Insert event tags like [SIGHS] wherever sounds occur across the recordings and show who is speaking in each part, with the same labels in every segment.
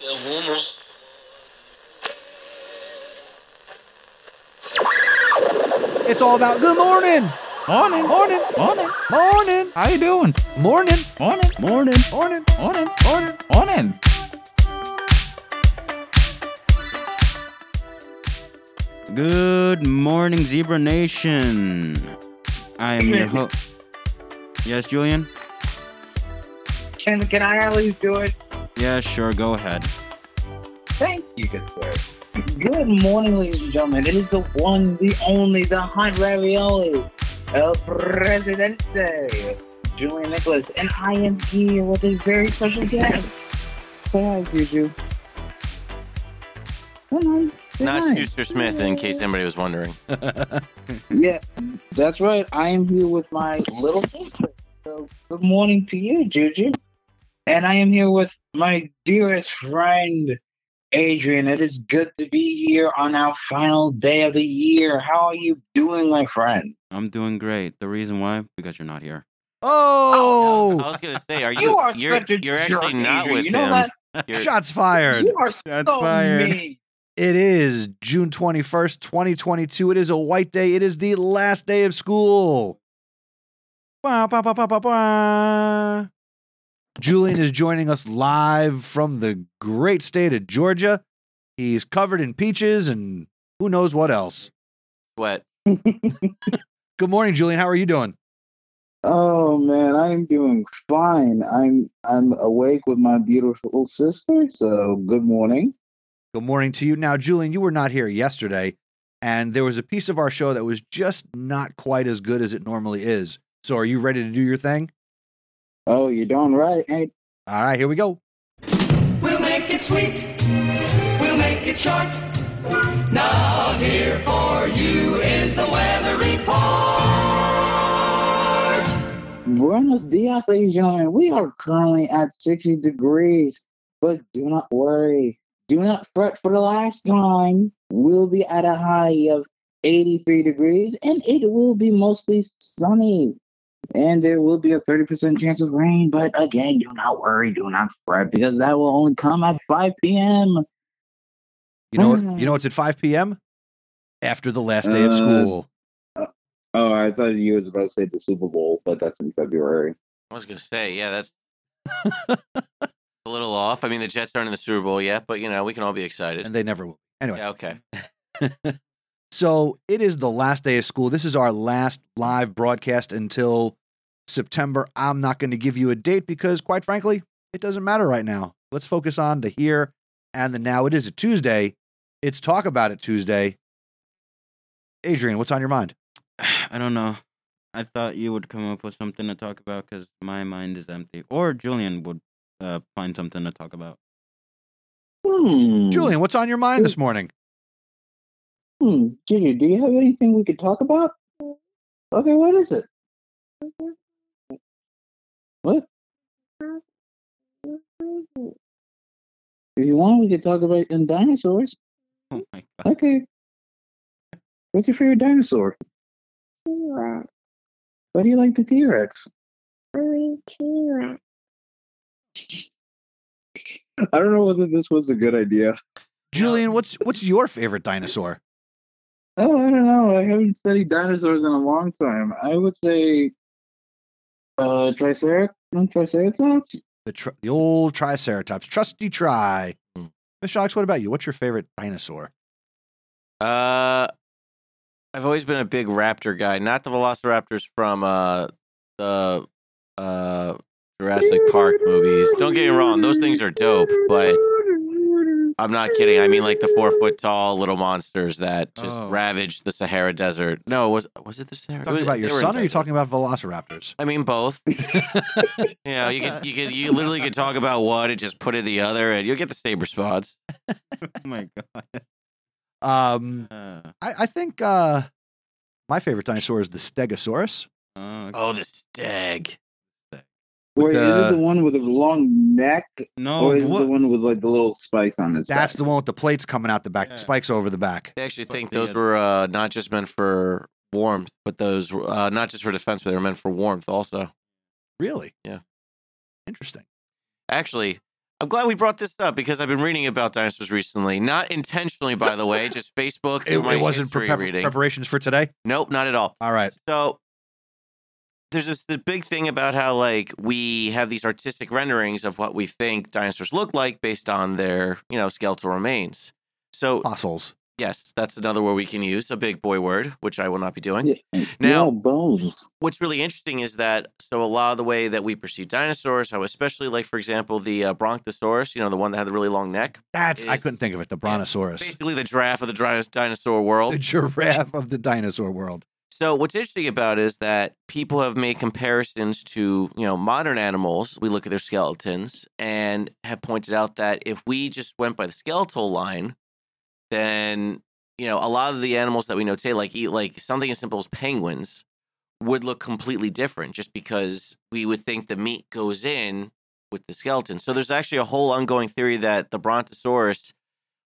Speaker 1: The humor.
Speaker 2: It's all about good morning,
Speaker 3: Morning.
Speaker 2: morning,
Speaker 3: Morning.
Speaker 2: morning,
Speaker 3: How you doing?
Speaker 2: morning,
Speaker 3: Morning.
Speaker 2: morning, morning.
Speaker 3: Morning. Morning. Morning.
Speaker 4: Good morning, Zebra Nation. I am your host. Yes, Julian?
Speaker 5: Can, can I at least do it?
Speaker 4: Yeah, sure, go ahead.
Speaker 5: Thank you, good sir. Good morning, ladies and gentlemen. It is the one, the only, the hot ravioli, El Presidente, Julian Nicholas, and I am here with a very special guest. Say hi, Juju. Come on. say
Speaker 6: Not
Speaker 5: hi.
Speaker 6: Schuster Smith, in case anybody was wondering.
Speaker 5: Yeah, that's right. I am here with my little sister. So good morning to you, Juju. And I am here with my dearest friend, Adrian. It is good to be here on our final day of the year. How are you doing, my friend?
Speaker 4: I'm doing great. The reason why? Because you're not here.
Speaker 2: Oh,
Speaker 6: I was gonna say, are you?
Speaker 5: You are
Speaker 6: you're,
Speaker 5: such a
Speaker 6: you're
Speaker 5: jerk,
Speaker 6: actually not
Speaker 5: Adrian.
Speaker 6: with
Speaker 5: You know
Speaker 6: him.
Speaker 5: that?
Speaker 6: You're-
Speaker 2: shots fired.
Speaker 5: You are
Speaker 4: Shots
Speaker 5: so
Speaker 4: fired.
Speaker 5: mean.
Speaker 2: It is June 21st, 2022. It is a white day. It is the last day of school. Bah, bah, bah, bah, bah, bah. Julian is joining us live from the great state of Georgia. He's covered in peaches and who knows what else.
Speaker 6: what?
Speaker 2: Good morning, Julian. How are you doing?
Speaker 5: Oh man, I'm doing fine. I'm I'm awake with my beautiful sister. So good morning.
Speaker 2: Good morning to you. Now, Julian, you were not here yesterday, and there was a piece of our show that was just not quite as good as it normally is. So, are you ready to do your thing?
Speaker 5: Oh, you're doing right. Ain't
Speaker 2: All right, here we go.
Speaker 7: We'll make it sweet. We'll make it short. Now here for you is the weather report.
Speaker 5: Buenos dias, ladies and gentlemen. We are currently at 60 degrees, but do not worry. Do not fret for the last time. We'll be at a high of 83 degrees, and it will be mostly sunny. And there will be a 30% chance of rain, but again, do not worry. Do not fret because that will only come at 5 p.m.
Speaker 2: You know,
Speaker 5: Mm.
Speaker 2: you know, it's at 5 p.m. after the last day of
Speaker 5: Uh,
Speaker 2: school.
Speaker 5: Oh, I thought you was about to say the Super Bowl, but that's in February.
Speaker 6: I was gonna say, yeah,
Speaker 4: [LAUGHS]
Speaker 6: that's a little off. I mean, the Jets aren't in the Super Bowl yet, but you know, we can all be excited.
Speaker 2: and they never will. Anyway,
Speaker 6: yeah, okay.
Speaker 2: so it is the last day of school. This is our last live broadcast until September. I'm not going to give you a date because, quite frankly, it doesn't matter right now. Let's focus on the here and the now. It is a Tuesday. It's Talk About It Tuesday. Adrian, what's on your mind?
Speaker 4: [SIGHS] I don't know. I thought you would come up with something to talk about because my mind is empty. Or Julian would uh, find something to talk about.
Speaker 5: Hmm.
Speaker 2: Julian, what's on your mind this morning?
Speaker 5: Hmm, Junior, do you have anything we could talk about? Okay, what is it? What? If you want, we could talk about in dinosaurs.
Speaker 4: Oh my god.
Speaker 5: Okay. What's your favorite dinosaur?
Speaker 8: T-Rex,
Speaker 5: Why do you like the T Rex?
Speaker 8: only T-Rex.
Speaker 5: I don't know whether this was a good idea.
Speaker 2: Julian, what's what's your favorite dinosaur?
Speaker 5: Oh, I don't know. I haven't studied dinosaurs in a long time. I would say, uh, Tricerac- Triceratops.
Speaker 2: The tr- the old Triceratops, trusty try.
Speaker 6: Hmm.
Speaker 2: Miss Shocks, what about you? What's your favorite dinosaur?
Speaker 6: Uh, I've always been a big raptor guy, not the velociraptors from uh the uh Jurassic Park movies. Don't get me wrong; those things are dope, but I'm not kidding. I mean, like the four foot tall little monsters that just
Speaker 4: Oh.
Speaker 6: ravaged the Sahara Desert. No, was was it the Sahara?
Speaker 2: Talking
Speaker 6: it was-
Speaker 2: about your
Speaker 6: they were in
Speaker 2: son, or are you
Speaker 6: desert.
Speaker 2: talking about velociraptors?
Speaker 6: I mean, both. [LAUGHS] you know, you could you could you literally could talk about one and just put in the other, and you'll get the same response.
Speaker 4: Oh my [LAUGHS] god.
Speaker 2: Um,
Speaker 4: Uh,
Speaker 2: I, I think uh, my favorite dinosaur is the Stegosaurus.
Speaker 4: oh, okay.
Speaker 6: Oh, the stag.
Speaker 2: with
Speaker 5: Wait, is it
Speaker 2: the-
Speaker 5: the one with the long neck,
Speaker 4: no,
Speaker 6: Oh,
Speaker 5: or is it
Speaker 4: what?
Speaker 5: the one with like the little spikes on its
Speaker 2: That's
Speaker 5: back?
Speaker 2: the one with the plates coming out the back,
Speaker 4: Yeah.
Speaker 2: spikes over the back.
Speaker 6: They actually
Speaker 4: But
Speaker 6: think
Speaker 4: they
Speaker 6: those
Speaker 4: had-
Speaker 6: were uh, not just meant for warmth, but those were, uh, not just for defense, but they were meant for warmth also.
Speaker 2: Really?
Speaker 6: Yeah.
Speaker 2: Interesting.
Speaker 6: Actually, I'm glad we brought this up because I've been reading about dinosaurs recently. Not intentionally, by the way, just Facebook.
Speaker 2: It,
Speaker 6: through my
Speaker 2: it wasn't
Speaker 6: history
Speaker 2: prepar-
Speaker 6: reading.
Speaker 2: preparations for today.
Speaker 6: nope, not at all.
Speaker 2: All right.
Speaker 6: So there's this, this big thing about how like we have these artistic renderings of what we think dinosaurs look like based on their you know skeletal remains. So
Speaker 2: Fossils.
Speaker 6: yes, that's another word we can use, a big boy word, which I will not be doing.
Speaker 5: Yeah.
Speaker 6: Now-
Speaker 5: No bones.
Speaker 6: What's really interesting is that so a lot of the way that we perceive dinosaurs, how especially like for example the uh, Brontosaurus, you know the one that had the really long neck,
Speaker 2: That's I
Speaker 6: Is-
Speaker 2: couldn't think of it. The brontosaurus,
Speaker 6: basically the giraffe of the dri- dinosaur world.
Speaker 2: the giraffe of the dinosaur world.
Speaker 6: So what's interesting about it is that people have made comparisons to, you know, modern animals. We look at their skeletons and have pointed out that if we just went by the skeletal line, then, you know, a lot of the animals that we know today, like eat like something as simple as penguins, would look completely different just because we would think the meat goes in with the skeleton. So there's actually a whole ongoing theory that the Brontosaurus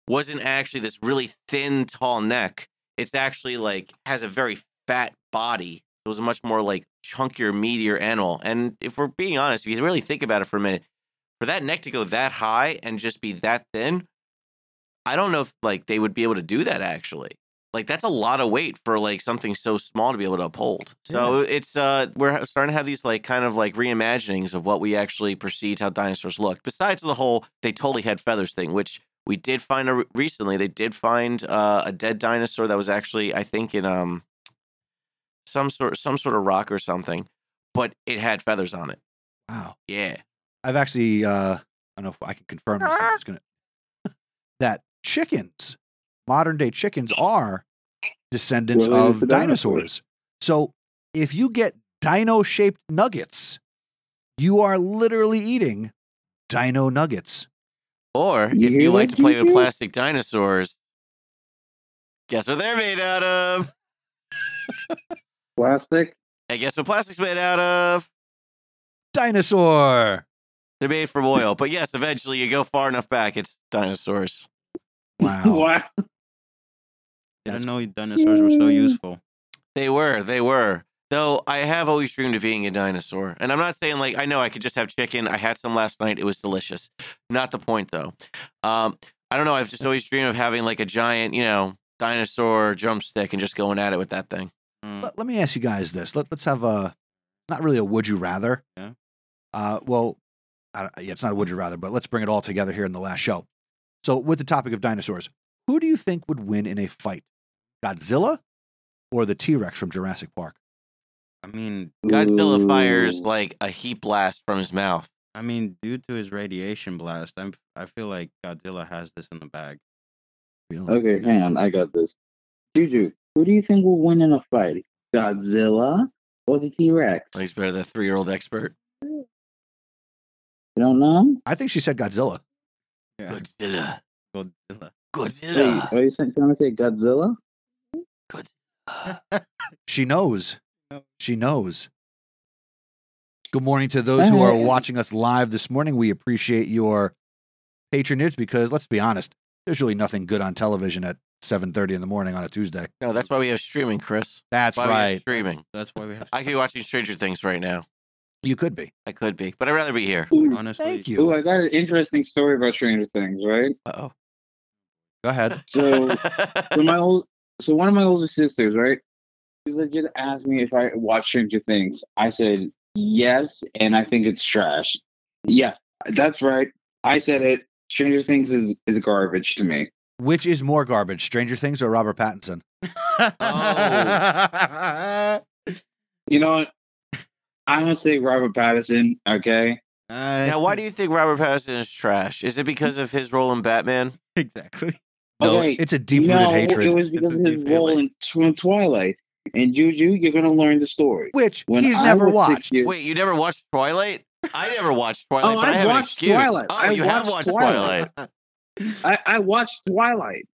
Speaker 6: wasn't actually this really thin, tall neck. It's actually like has a very fat body. It was a much more like chunkier, meatier animal. And if we're being honest, if you really think about it for a minute, for that neck to go that high and just be that thin, I don't know if like they would be able to do that actually. Like that's a lot of weight for like something so small to be able to uphold. So it's uh we're starting to have these like kind of like reimaginings of what we actually perceived how dinosaurs looked. Besides the whole they totally had feathers thing, which we did find a, recently. They did find uh, a dead dinosaur that was actually I think in um some sort some sort of rock or something, but it had feathers on it.
Speaker 2: Wow.
Speaker 6: Yeah.
Speaker 2: I've actually uh, I don't know if I can confirm this. I'm just gonna [LAUGHS] that chickens, modern day chickens, are descendants
Speaker 5: Related
Speaker 2: of
Speaker 5: to dinosaurs.
Speaker 2: dinosaurs. So if you get dino shaped nuggets, you are literally eating dino nuggets.
Speaker 6: Or
Speaker 5: You
Speaker 6: if
Speaker 5: hear
Speaker 6: you like
Speaker 5: that,
Speaker 6: to play with
Speaker 5: Juju?
Speaker 6: plastic dinosaurs, guess what they're made out of?
Speaker 5: Plastic.
Speaker 6: And guess what plastic's made out of?
Speaker 2: Dinosaur.
Speaker 6: They're made from oil. But yes, eventually you go far enough back, it's dinosaurs. Oh.
Speaker 2: Wow.
Speaker 5: [LAUGHS] Wow.
Speaker 4: didn't know dinosaurs were so useful.
Speaker 6: They were, they were. Though I have always dreamed of being a dinosaur. And I'm not saying like I know I could just have chicken. I had some last night. It was delicious. Not the point though. Um, I don't know. I've just always dreamed of having like a giant, you know, dinosaur drumstick and just going at it with that thing.
Speaker 4: Mm.
Speaker 2: let, let me ask you guys this. Let, let's have a not really a would you rather.
Speaker 4: Yeah.
Speaker 2: Uh, well, I don't, yeah, it's not a would you rather, but let's bring it all together here in the last show. So, with the topic of dinosaurs, who do you think would win in a fight, Godzilla or the T Rex from Jurassic Park?
Speaker 4: I mean,
Speaker 6: Godzilla fires
Speaker 5: Ooh.
Speaker 6: like a heat blast from his mouth.
Speaker 4: I mean, due to his radiation blast, I'm I feel like Godzilla has this in the bag.
Speaker 2: Really?
Speaker 5: Okay, hang on. I got this. Juju, who do you think will win in a fight? Godzilla or the T Rex?
Speaker 6: He's better than a three year old expert.
Speaker 5: You don't know?
Speaker 2: I think she said Godzilla.
Speaker 4: Yeah.
Speaker 6: Godzilla.
Speaker 5: Wait,
Speaker 4: Godzilla.
Speaker 6: Godzilla.
Speaker 5: are you saying- trying to say Godzilla?
Speaker 2: She knows. She knows. Good morning to those who are
Speaker 5: Hey.
Speaker 2: watching us live this morning. We appreciate your patronage because let's be honest, there's really nothing good on television at 7:30 in the morning on a Tuesday.
Speaker 6: No, that's why we have streaming, Chris.
Speaker 2: That's
Speaker 6: why we have
Speaker 2: right.
Speaker 6: streaming.
Speaker 4: That's
Speaker 5: [LAUGHS]
Speaker 4: why we have.
Speaker 6: I could be watching Stranger Things right now.
Speaker 2: You could be.
Speaker 6: I could be, but I'd rather be here.
Speaker 4: Honestly,
Speaker 2: Thank
Speaker 5: Ooh,
Speaker 2: you.
Speaker 5: I got an interesting story about Stranger Things, right? [LAUGHS]
Speaker 6: Uh
Speaker 2: Go ahead.
Speaker 5: So, so
Speaker 6: oh.
Speaker 5: my old, so one of my older sisters, right? She legit asked me if I watched Stranger Things. I said yes, and I think it's trash. Yeah, that's right. I said it. Stranger Things is is garbage to me.
Speaker 2: Which is more garbage, Stranger Things or Robert Pattinson?
Speaker 4: [LAUGHS] Oh.
Speaker 5: You know, what? I'm gonna say Robert Pattinson. Okay,
Speaker 6: [LAUGHS] Now, why do you think Robert Pattinson is trash? Is it because of his role in Batman?
Speaker 4: [LAUGHS] exactly?
Speaker 2: No,
Speaker 5: okay.
Speaker 2: it's a deep-rooted
Speaker 5: no,
Speaker 2: hatred,
Speaker 5: it was because
Speaker 6: It's
Speaker 5: of
Speaker 6: a
Speaker 5: his
Speaker 6: deep
Speaker 5: role
Speaker 6: feeling.
Speaker 5: in from Twilight. And Juju, you're gonna learn the story.
Speaker 2: which
Speaker 5: When
Speaker 2: he's
Speaker 5: I
Speaker 2: never
Speaker 5: was six
Speaker 2: watched.
Speaker 5: years-
Speaker 6: Wait, you never watched Twilight? I never watched Twilight,
Speaker 5: Oh,
Speaker 6: but I
Speaker 5: I've
Speaker 6: have an
Speaker 5: watched
Speaker 6: excuse.
Speaker 5: Twilight.
Speaker 6: Oh,
Speaker 5: I
Speaker 6: you have watched
Speaker 5: watched
Speaker 6: Twilight.
Speaker 5: Twilight. I, I watched Twilight.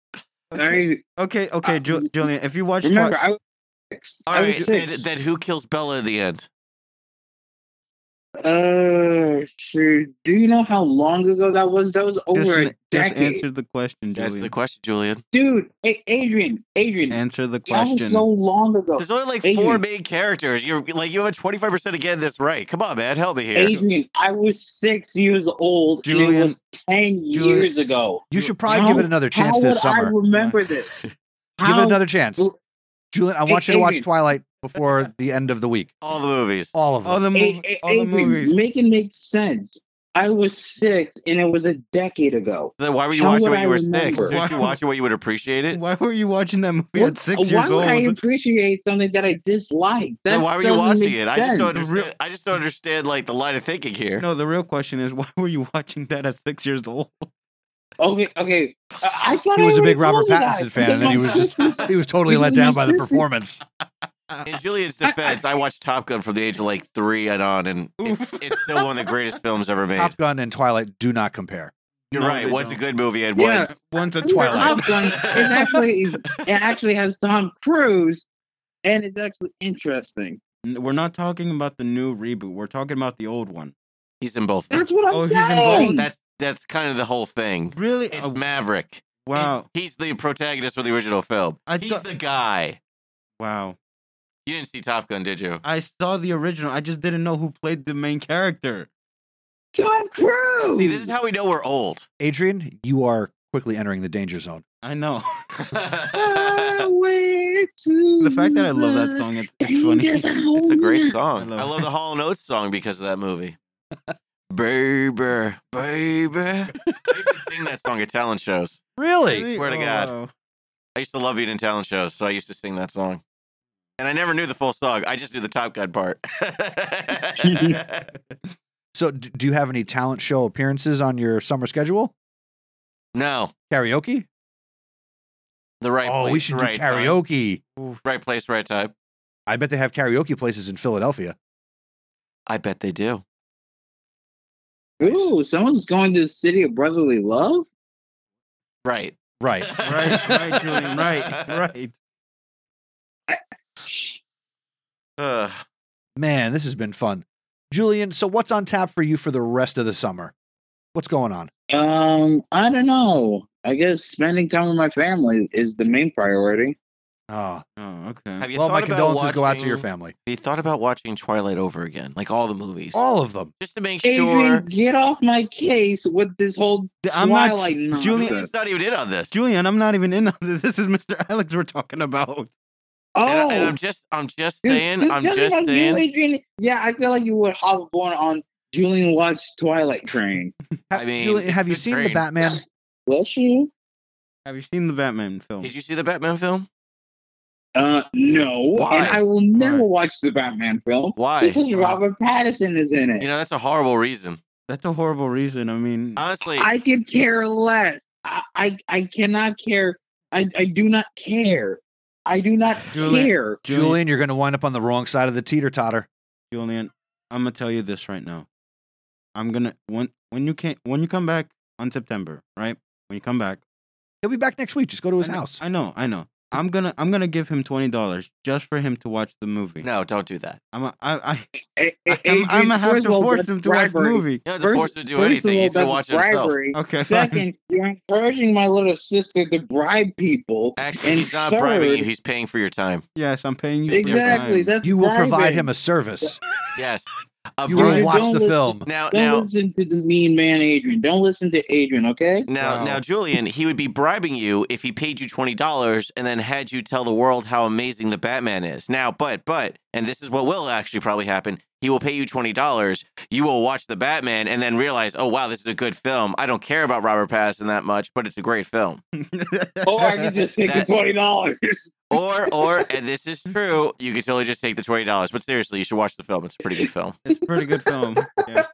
Speaker 5: I
Speaker 4: Okay, okay,
Speaker 5: Uh,
Speaker 4: Ju- Julian. If you watch, Twi-
Speaker 5: remember I was six.
Speaker 6: All
Speaker 5: I
Speaker 6: right,
Speaker 5: was
Speaker 6: then,
Speaker 5: six.
Speaker 6: then who kills Bella in the end?
Speaker 5: Uh, shoot. Do you know how long ago that was? That was over
Speaker 4: Just,
Speaker 5: a
Speaker 4: an- just
Speaker 5: decade.
Speaker 4: answer the question,
Speaker 6: That's
Speaker 4: Julian.
Speaker 6: the question, Julian.
Speaker 5: Dude, A- Adrian, Adrian,
Speaker 4: answer the
Speaker 5: that
Speaker 4: question.
Speaker 5: was so long ago.
Speaker 6: There's only like
Speaker 5: Adrian.
Speaker 6: four main characters. You're like you have a 25 percent to get this right. Come on, man, help me here.
Speaker 5: Adrian, I was six years old. and it
Speaker 4: Julian-
Speaker 5: was ten
Speaker 4: Julian-
Speaker 5: years ago.
Speaker 2: You should probably
Speaker 5: How-
Speaker 2: give it another chance
Speaker 5: how
Speaker 2: this
Speaker 5: would I
Speaker 2: summer.
Speaker 5: remember this?
Speaker 2: Give
Speaker 5: How-
Speaker 2: it another chance.
Speaker 5: Well,
Speaker 2: Julian, I
Speaker 5: hey,
Speaker 2: want you to watch
Speaker 5: Adrian.
Speaker 2: Twilight before the end of the week.
Speaker 6: All the movies.
Speaker 2: All of them.
Speaker 4: all the,
Speaker 5: A-
Speaker 4: mov-
Speaker 5: A-
Speaker 4: all the
Speaker 5: Adrian,
Speaker 4: movies.
Speaker 5: make it make sense. I was six, and it was a decade ago.
Speaker 6: Then why were you
Speaker 5: How
Speaker 6: watching
Speaker 5: would
Speaker 6: when
Speaker 5: I
Speaker 6: you were six?
Speaker 5: remember?
Speaker 6: Did you watch it when you would appreciate it?
Speaker 4: Why were you watching that movie
Speaker 5: What- Oh,
Speaker 4: at six
Speaker 5: why would
Speaker 4: years old?
Speaker 5: I appreciate something that I dislike? That
Speaker 6: Then why were you
Speaker 5: doesn't
Speaker 6: watching
Speaker 5: make
Speaker 6: it? I just
Speaker 5: sense.
Speaker 6: don't understand. I just don't understand like the line of thinking here.
Speaker 4: no, the real question is [LAUGHS] why were you watching that at six years old?
Speaker 5: Okay, okay. I, I thought
Speaker 2: He
Speaker 5: I
Speaker 2: was a
Speaker 5: already
Speaker 2: big Robert
Speaker 5: told you that.
Speaker 2: Pattinson fan, and then he was
Speaker 5: [LAUGHS]
Speaker 2: just he was totally
Speaker 5: Because
Speaker 2: let
Speaker 5: of
Speaker 2: down
Speaker 5: my
Speaker 2: by the
Speaker 5: sister.
Speaker 2: performance.
Speaker 6: In Julian's defense, I watched Top Gun from the age of like three and on, and it, it's still one of the greatest films ever made.
Speaker 2: Top Gun and Twilight do not compare.
Speaker 6: You're
Speaker 4: No,
Speaker 6: right.
Speaker 4: they
Speaker 6: One's a
Speaker 4: don't.
Speaker 6: good movie and
Speaker 5: [LAUGHS] Yeah. um,
Speaker 6: one's
Speaker 4: One's a
Speaker 5: Even
Speaker 4: Twilight.
Speaker 5: Top Gun is actually it actually has Tom Cruise, and it's actually interesting.
Speaker 4: N- We're not talking about the new reboot. We're talking about the old one.
Speaker 6: he's in both.
Speaker 5: That's what I'm
Speaker 4: Oh, he's
Speaker 5: saying.
Speaker 4: involved.
Speaker 6: That's that's kind of the whole thing.
Speaker 4: Really?
Speaker 6: It's
Speaker 4: Oh,
Speaker 6: Maverick.
Speaker 4: wow.
Speaker 6: He- he's the protagonist of the original film.
Speaker 4: I
Speaker 6: he's
Speaker 4: thought-
Speaker 6: the guy.
Speaker 4: Wow.
Speaker 6: You didn't see Top Gun, did you?
Speaker 4: I saw the original. I just didn't know who played the main character.
Speaker 5: Tom Cruise.
Speaker 6: See, this is how we know we're old. [LAUGHS]
Speaker 2: Adrian, you are quickly entering the danger zone.
Speaker 4: I know. [LAUGHS]
Speaker 5: [LAUGHS]
Speaker 6: it's
Speaker 5: Ah. Highway to
Speaker 4: the fact that I love that song, it's, [LAUGHS] it's funny.
Speaker 6: a great song. I
Speaker 4: I
Speaker 6: love,
Speaker 4: love it.
Speaker 6: the Hall and Oates song because of that
Speaker 2: [LAUGHS]
Speaker 6: movie. baby, baby. I used to sing that song at talent shows.
Speaker 2: Really?
Speaker 6: Swear to
Speaker 4: Oh,
Speaker 6: God. [LAUGHS] I used to love being in talent shows, so I used to sing that song. And I never knew the full song. I just knew the Top Gun
Speaker 2: [LAUGHS]
Speaker 6: part.
Speaker 2: So, d- do you have any talent show appearances on your summer schedule?
Speaker 6: no,
Speaker 2: Karaoke?
Speaker 6: the right.
Speaker 2: oh,
Speaker 6: place,
Speaker 2: we should
Speaker 6: right
Speaker 2: do
Speaker 6: time.
Speaker 2: karaoke.
Speaker 6: Right place, right time.
Speaker 2: I bet they have karaoke places in Philadelphia.
Speaker 6: I bet they do.
Speaker 5: Ooh, someone's going to the city of brotherly love.
Speaker 6: Right.
Speaker 2: [LAUGHS] Right.
Speaker 4: Right, right,
Speaker 6: [LAUGHS]
Speaker 4: Julian. Right, right.
Speaker 6: Ugh.
Speaker 2: Man, this has been fun. Julian, so what's on tap for you for the rest of the summer? What's going on?
Speaker 5: Um, I don't know. I guess spending time with my family is the main priority.
Speaker 2: Oh,
Speaker 4: Oh, okay.
Speaker 6: Have you
Speaker 2: well,
Speaker 6: thought
Speaker 2: my
Speaker 6: about
Speaker 2: condolences go out to your
Speaker 6: watching-
Speaker 2: family.
Speaker 6: Have you thought about watching Twilight over again, like all the movies,
Speaker 2: All of them.
Speaker 6: just to make
Speaker 5: Adrian,
Speaker 6: sure?
Speaker 5: get off my case with this whole
Speaker 4: I'm not-
Speaker 5: Twilight nonsense.
Speaker 4: Julian,
Speaker 6: It's not even in on this.
Speaker 4: Julian, I'm not even in on this. [LAUGHS] This is Mr. Alex we're talking about.
Speaker 5: oh,
Speaker 6: And, I, am just, I'm just
Speaker 5: Dude,
Speaker 6: saying,
Speaker 5: just
Speaker 6: I'm
Speaker 5: tell me
Speaker 6: just
Speaker 5: about you,
Speaker 6: saying.
Speaker 5: Adrian. Yeah, I feel like you would hop on on Julian Watch Twilight Train.
Speaker 6: I mean,
Speaker 2: Julian,
Speaker 6: it's
Speaker 2: have you
Speaker 6: been
Speaker 2: seen the
Speaker 6: great.
Speaker 2: Batman?
Speaker 5: Will she?
Speaker 4: Have you seen the Batman film?
Speaker 6: Did you see the Batman film?
Speaker 5: Uh, no.
Speaker 6: Why?
Speaker 5: And I will never
Speaker 4: Why?
Speaker 5: watch the Batman film
Speaker 6: Why?
Speaker 5: because Robert Pattinson is in it.
Speaker 6: You know, that's a horrible reason.
Speaker 4: That's a horrible reason. I mean,
Speaker 6: Honestly,
Speaker 5: I could care less. I, I I cannot care. I I do not care. I do not
Speaker 4: Julian-
Speaker 5: care.
Speaker 2: Julian,
Speaker 4: Julian,
Speaker 2: you're going to wind up on the wrong side of the teeter totter.
Speaker 4: Julian, I'm gonna tell you this right now. I'm gonna when when you can when you come back on September, right? When you come back,
Speaker 2: He'll be back next week. Just go to his
Speaker 4: I know-
Speaker 2: house.
Speaker 4: I know, I know. I'm gonna I'm gonna give him twenty dollars just for him to watch the movie.
Speaker 6: no, don't do that.
Speaker 4: I'm a, I,
Speaker 5: [LAUGHS] A-
Speaker 4: I,
Speaker 5: a-
Speaker 4: I'm, I'm
Speaker 5: Adrian,
Speaker 4: gonna have
Speaker 5: first
Speaker 4: to
Speaker 5: of all,
Speaker 4: force
Speaker 5: that's
Speaker 4: him to watch the
Speaker 5: bribery.
Speaker 4: movie.
Speaker 6: You don't have to
Speaker 5: First-
Speaker 6: force him to do
Speaker 5: first of
Speaker 6: anything.
Speaker 5: all,
Speaker 6: He's gonna
Speaker 5: that's
Speaker 6: watch it himself.
Speaker 4: [LAUGHS]
Speaker 5: bribery.
Speaker 4: Okay, fine.
Speaker 5: Second, you're encouraging my little sister to bribe people.
Speaker 6: Actually,
Speaker 5: and
Speaker 6: he's not bribing
Speaker 5: third-
Speaker 6: you. He's paying for your time.
Speaker 4: Yes, I'm paying you. for your
Speaker 5: Exactly.
Speaker 4: time.
Speaker 5: That's
Speaker 2: You will provide
Speaker 5: bribing.
Speaker 2: him a service.
Speaker 6: Yes. A
Speaker 2: You
Speaker 5: Julian,
Speaker 2: will
Speaker 6: bribe.
Speaker 2: watch
Speaker 5: don't
Speaker 2: the
Speaker 5: listen-
Speaker 2: film.
Speaker 6: Now,
Speaker 5: Don't
Speaker 6: now,
Speaker 5: listen to the mean man, Adrian. Don't listen to Adrian.
Speaker 4: [LAUGHS]
Speaker 5: Okay.
Speaker 6: Now,
Speaker 4: Wow.
Speaker 6: now, Julian, he would be bribing you if he paid you twenty dollars and then had you tell the world how amazing the Batman is. Now, but, but, and this is what will actually probably happen. He will pay you twenty dollars. You will watch the Batman and then realize, oh wow, this is a good film. I don't care about Robert Pattinson that much, but it's a great film.
Speaker 5: Or I could just take the
Speaker 6: That-
Speaker 5: twenty dollars.
Speaker 6: Or, or, and this is true. You could totally just take the twenty dollars. But seriously, you should watch the film. It's a pretty good film.
Speaker 4: it's a pretty good film. Yeah.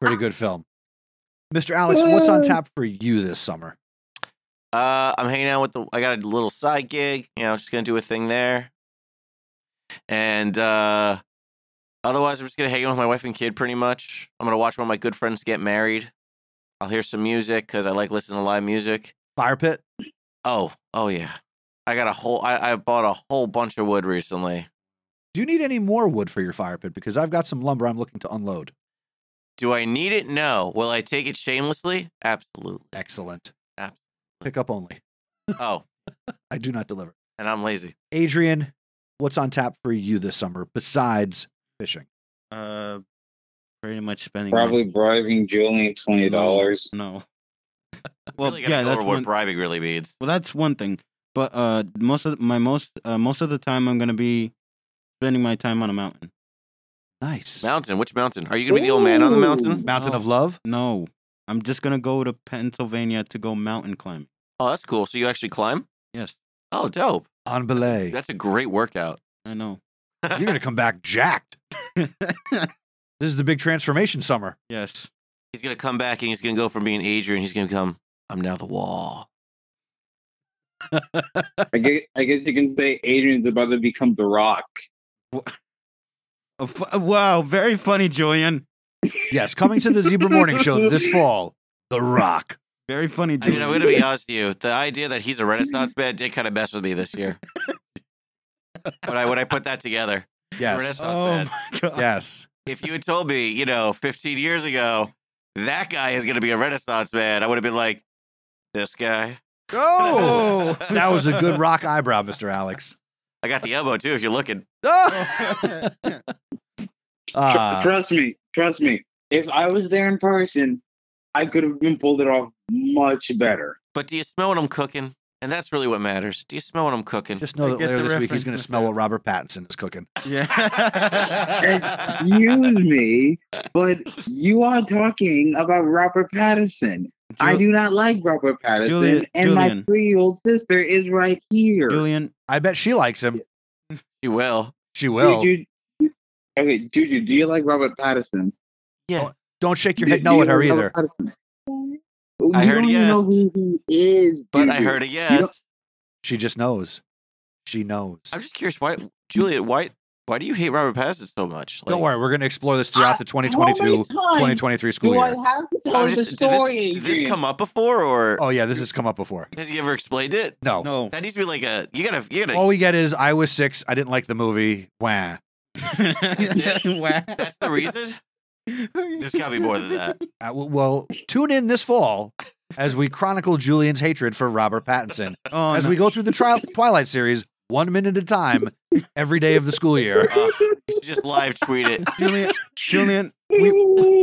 Speaker 2: Pretty good film. Mr. Alex, what's on tap for you this summer?
Speaker 6: Uh, I'm hanging out with the. I got a little side gig. You know, just gonna do a thing there. And uh, otherwise, I'm just gonna hang out with my wife and kid. Pretty much, I'm gonna watch one of my good friends get married. I'll hear some music because I like listening to live music.
Speaker 2: Fire pit?
Speaker 6: Oh, oh yeah. I got a whole. I, I bought a whole bunch of wood recently.
Speaker 2: Do you need any more wood for your fire pit? Because I've got some lumber I'm looking to unload.
Speaker 6: Do I need it? No. Will I take it shamelessly? Absolutely.
Speaker 2: Excellent.
Speaker 6: Absolutely.
Speaker 2: Pick up only.
Speaker 6: Oh,
Speaker 2: I do not deliver.
Speaker 6: and I'm lazy.
Speaker 2: Adrian, what's on tap for you this summer besides fishing?
Speaker 4: Uh, pretty much spending my-
Speaker 5: Probably bribing Julian twenty dollars.
Speaker 4: No. [LAUGHS]
Speaker 6: Well,
Speaker 4: well,
Speaker 6: really gotta
Speaker 4: yeah,
Speaker 6: go
Speaker 4: that's
Speaker 6: over what
Speaker 4: one,
Speaker 6: bribing really means.
Speaker 4: well, that's one thing. But uh, most of my most uh, most of the time, I'm gonna be spending my time on a mountain.
Speaker 2: Nice.
Speaker 6: Mountain. Which mountain? Are you gonna be the old man on the mountain?
Speaker 2: Mountain
Speaker 4: No.
Speaker 2: of Love?
Speaker 4: No, I'm just gonna go to Pennsylvania to go mountain climbing.
Speaker 6: Oh, that's cool. So you actually climb?
Speaker 4: Yes,
Speaker 6: Oh, dope.
Speaker 2: On Belay.
Speaker 6: That's a great workout.
Speaker 4: I know.
Speaker 2: You're going to come back jacked. this is the big transformation summer.
Speaker 4: Yes,
Speaker 6: He's gonna come back and he's gonna go from being Adrian. He's gonna come. I'm now the wall.
Speaker 4: Mm-hmm.
Speaker 5: I guess, I guess you can say Adrian's about to become the Rock.
Speaker 4: Oh, fu- wow, very funny, Julian.
Speaker 2: Yes, coming to the Zebra Morning Show
Speaker 5: [LAUGHS]
Speaker 2: this fall, The Rock.
Speaker 4: Very funny,
Speaker 6: I mean,
Speaker 4: Julian.
Speaker 6: I'm gonna be honest with you. The idea that he's a Renaissance man did kind of mess with me this year. when I when I put that together,
Speaker 2: Yes.
Speaker 6: Renaissance
Speaker 4: oh
Speaker 6: man.
Speaker 4: my god.
Speaker 2: Yes.
Speaker 6: If you had told me, you know, 15 years ago, that guy is gonna be a Renaissance man, I would have been like, this guy.
Speaker 4: [LAUGHS]
Speaker 2: Oh, that was a good rock eyebrow, Mr. Alex.
Speaker 6: I got the elbow too. If you're looking.
Speaker 2: Ah!
Speaker 5: Tr-
Speaker 2: Ah,
Speaker 5: trust me, trust me. If I was there in person, I could have been pulled it off much better.
Speaker 6: But do you smell what I'm cooking? And that's really what matters. Do you smell what I'm cooking?
Speaker 2: [LAUGHS] just know
Speaker 4: I
Speaker 2: that
Speaker 4: get
Speaker 2: later
Speaker 4: the
Speaker 2: this week he's
Speaker 4: reference,
Speaker 2: going to
Speaker 4: Mr.
Speaker 2: smell what Robert Pattinson is cooking. [LAUGHS]
Speaker 4: Yeah.
Speaker 5: Excuse me, but you are talking about Robert Pattinson.
Speaker 4: [LAUGHS]
Speaker 5: I do not like Robert Pattinson,
Speaker 4: Julia-
Speaker 5: and my
Speaker 4: Julian.
Speaker 5: three-year-old sister is right here.
Speaker 4: Julian,
Speaker 2: I bet she likes him.
Speaker 6: you will.
Speaker 2: She will.
Speaker 5: Dude, you- okay, Juju, do you like Robert Pattinson?
Speaker 6: Oh,
Speaker 2: Don't shake your
Speaker 5: Do-
Speaker 2: head
Speaker 5: do
Speaker 2: no
Speaker 5: you
Speaker 2: at her
Speaker 5: like
Speaker 2: either.
Speaker 5: Robert Pattinson?
Speaker 8: Yeah.
Speaker 6: I
Speaker 5: You
Speaker 6: heard
Speaker 5: don't
Speaker 6: yes.
Speaker 5: know who he is,
Speaker 6: But I
Speaker 5: Juju.
Speaker 6: heard a yes.
Speaker 2: She just knows. She knows.
Speaker 6: I'm just curious why, Juliet, why why do you hate Robert Pattinson so much?
Speaker 2: Don't worry, we're going to explore this throughout the
Speaker 5: How many
Speaker 2: 2022
Speaker 5: times
Speaker 2: 2023 school
Speaker 5: oh Do I
Speaker 2: year.
Speaker 5: have to
Speaker 6: I'm
Speaker 5: tell her Oh, the
Speaker 6: just- did, Oh, this,
Speaker 5: story?
Speaker 6: did this
Speaker 5: Adrian?
Speaker 6: come up before, or
Speaker 2: Oh, yeah, this has come up before.
Speaker 6: has he ever explained it?
Speaker 2: No. [LAUGHS]
Speaker 4: no. [LAUGHS]
Speaker 6: That needs to be like a you gotta you gotta.
Speaker 2: All we get is I was six. I didn't like the movie. Wah.
Speaker 6: that's the reason. There's gotta be more than
Speaker 4: [LAUGHS]
Speaker 6: that.
Speaker 2: Uh, w- well, tune in this fall as we chronicle Julian's hatred for Robert Pattinson
Speaker 4: Oh,
Speaker 2: as
Speaker 4: no.
Speaker 2: we go through the tri- Twilight series one minute at a time every day of the
Speaker 6: [LAUGHS]
Speaker 2: school year.
Speaker 6: Uh, you should just live tweet it.
Speaker 2: [LAUGHS]
Speaker 4: Julian, Julian, we,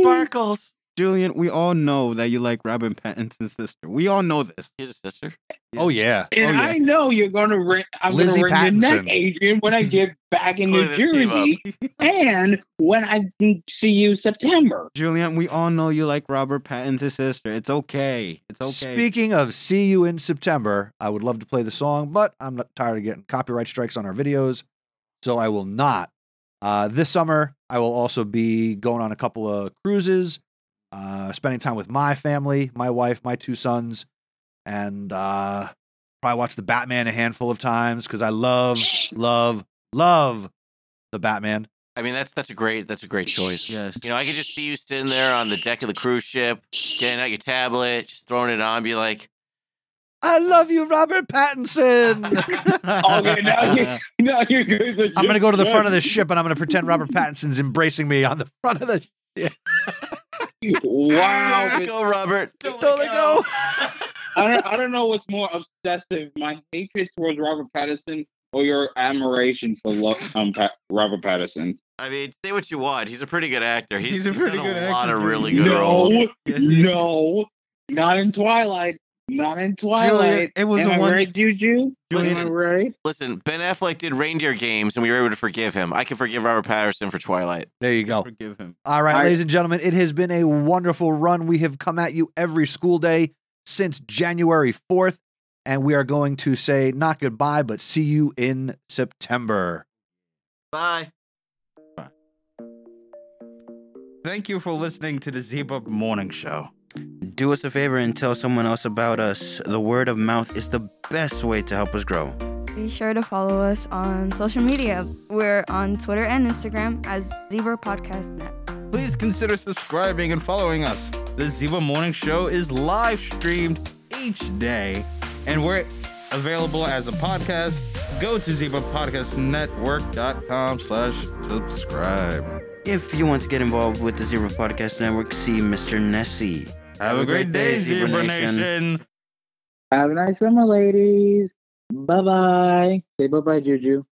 Speaker 5: [LAUGHS]
Speaker 6: Sparkles.
Speaker 4: Julian, we all know that you like Robin Pattinson's sister. We all know this.
Speaker 6: He's a sister.
Speaker 2: Oh, yeah.
Speaker 5: And
Speaker 4: Oh, yeah.
Speaker 5: I know you're gonna ring. I'm
Speaker 2: Lizzie
Speaker 5: gonna ring your neck,
Speaker 2: Pattinson.
Speaker 5: Adrian, when I get back
Speaker 2: [LAUGHS]
Speaker 5: in
Speaker 6: Clear
Speaker 5: New
Speaker 6: this game
Speaker 5: Jersey, and when I can see you
Speaker 2: [LAUGHS]
Speaker 5: September.
Speaker 4: Julian, we all know you like Robert Pattinson's sister. It's okay. It's okay.
Speaker 2: Speaking of see you in September, I would love to play the song, but I'm not tired of getting copyright strikes on our videos, so I will not. Uh, this summer, I will also be going on a couple of cruises, uh, spending time with my family, my wife, my two sons, and uh, probably watch the Batman a handful of times because I love, love, love the Batman.
Speaker 6: I mean, that's that's a great that's a great choice.
Speaker 4: Yes.
Speaker 6: You know, I could just see you sitting there on the deck of the cruise ship, getting out your tablet, just throwing it on, be like,
Speaker 2: I love you, Robert Pattinson.
Speaker 5: [LAUGHS] Okay, Oh, now you now you guys are.
Speaker 2: I'm gonna
Speaker 5: just
Speaker 2: go to the front of
Speaker 5: done.
Speaker 2: the ship and I'm gonna pretend Robert Pattinson's embracing me on the front of the
Speaker 5: Wow,
Speaker 2: [LAUGHS]
Speaker 6: "Don't let go, Robert. Don't, let go."
Speaker 5: I don't, I don't know what's more obsessive: my hatred towards Robert Pattinson or your admiration for Lo- um, Pa- Robert Pattinson.
Speaker 6: I mean, say what you want. He's a pretty good actor. He's,
Speaker 4: He's a
Speaker 6: he's
Speaker 4: pretty
Speaker 6: done
Speaker 4: good
Speaker 6: a lot
Speaker 4: actor,
Speaker 6: of
Speaker 4: dude.
Speaker 6: really good roles.
Speaker 5: No,
Speaker 2: [LAUGHS]
Speaker 4: Yes, he is.
Speaker 5: no, not in Twilight. Not in Twilight.
Speaker 4: it was
Speaker 5: Am
Speaker 4: a
Speaker 5: I
Speaker 4: one-
Speaker 5: right, Juju?
Speaker 6: Julian-
Speaker 5: Am I right?
Speaker 6: Listen, Ben Affleck did Reindeer Games, and we were able to forgive him. I can forgive Robert Patterson for Twilight.
Speaker 2: There you go.
Speaker 4: Forgive him.
Speaker 2: All right,
Speaker 5: I-
Speaker 2: ladies and gentlemen, it has been a wonderful run. We have come at you every school day since January 4th, and we are going to say not goodbye, but see you in September.
Speaker 6: Bye.
Speaker 3: Thank you for listening to the Zebra Morning Show.
Speaker 4: Do us a favor and tell someone else about us. The word of mouth is the best way to help us grow.
Speaker 1: Be sure to follow us on social media. We're on Twitter and Instagram as Zebra Podcast Net.
Speaker 3: Please consider subscribing and following us. The Zebra Morning Show is live streamed each day, and we're available as a podcast. Go to zebrapodcastnetwork.com slash subscribe.
Speaker 4: If you want to get involved with the Zebra Podcast Network, see Mr. Nessie.
Speaker 3: Have a great day, Zebra Nation.
Speaker 5: Have a nice summer, ladies. Bye bye. Say bye bye, Juju.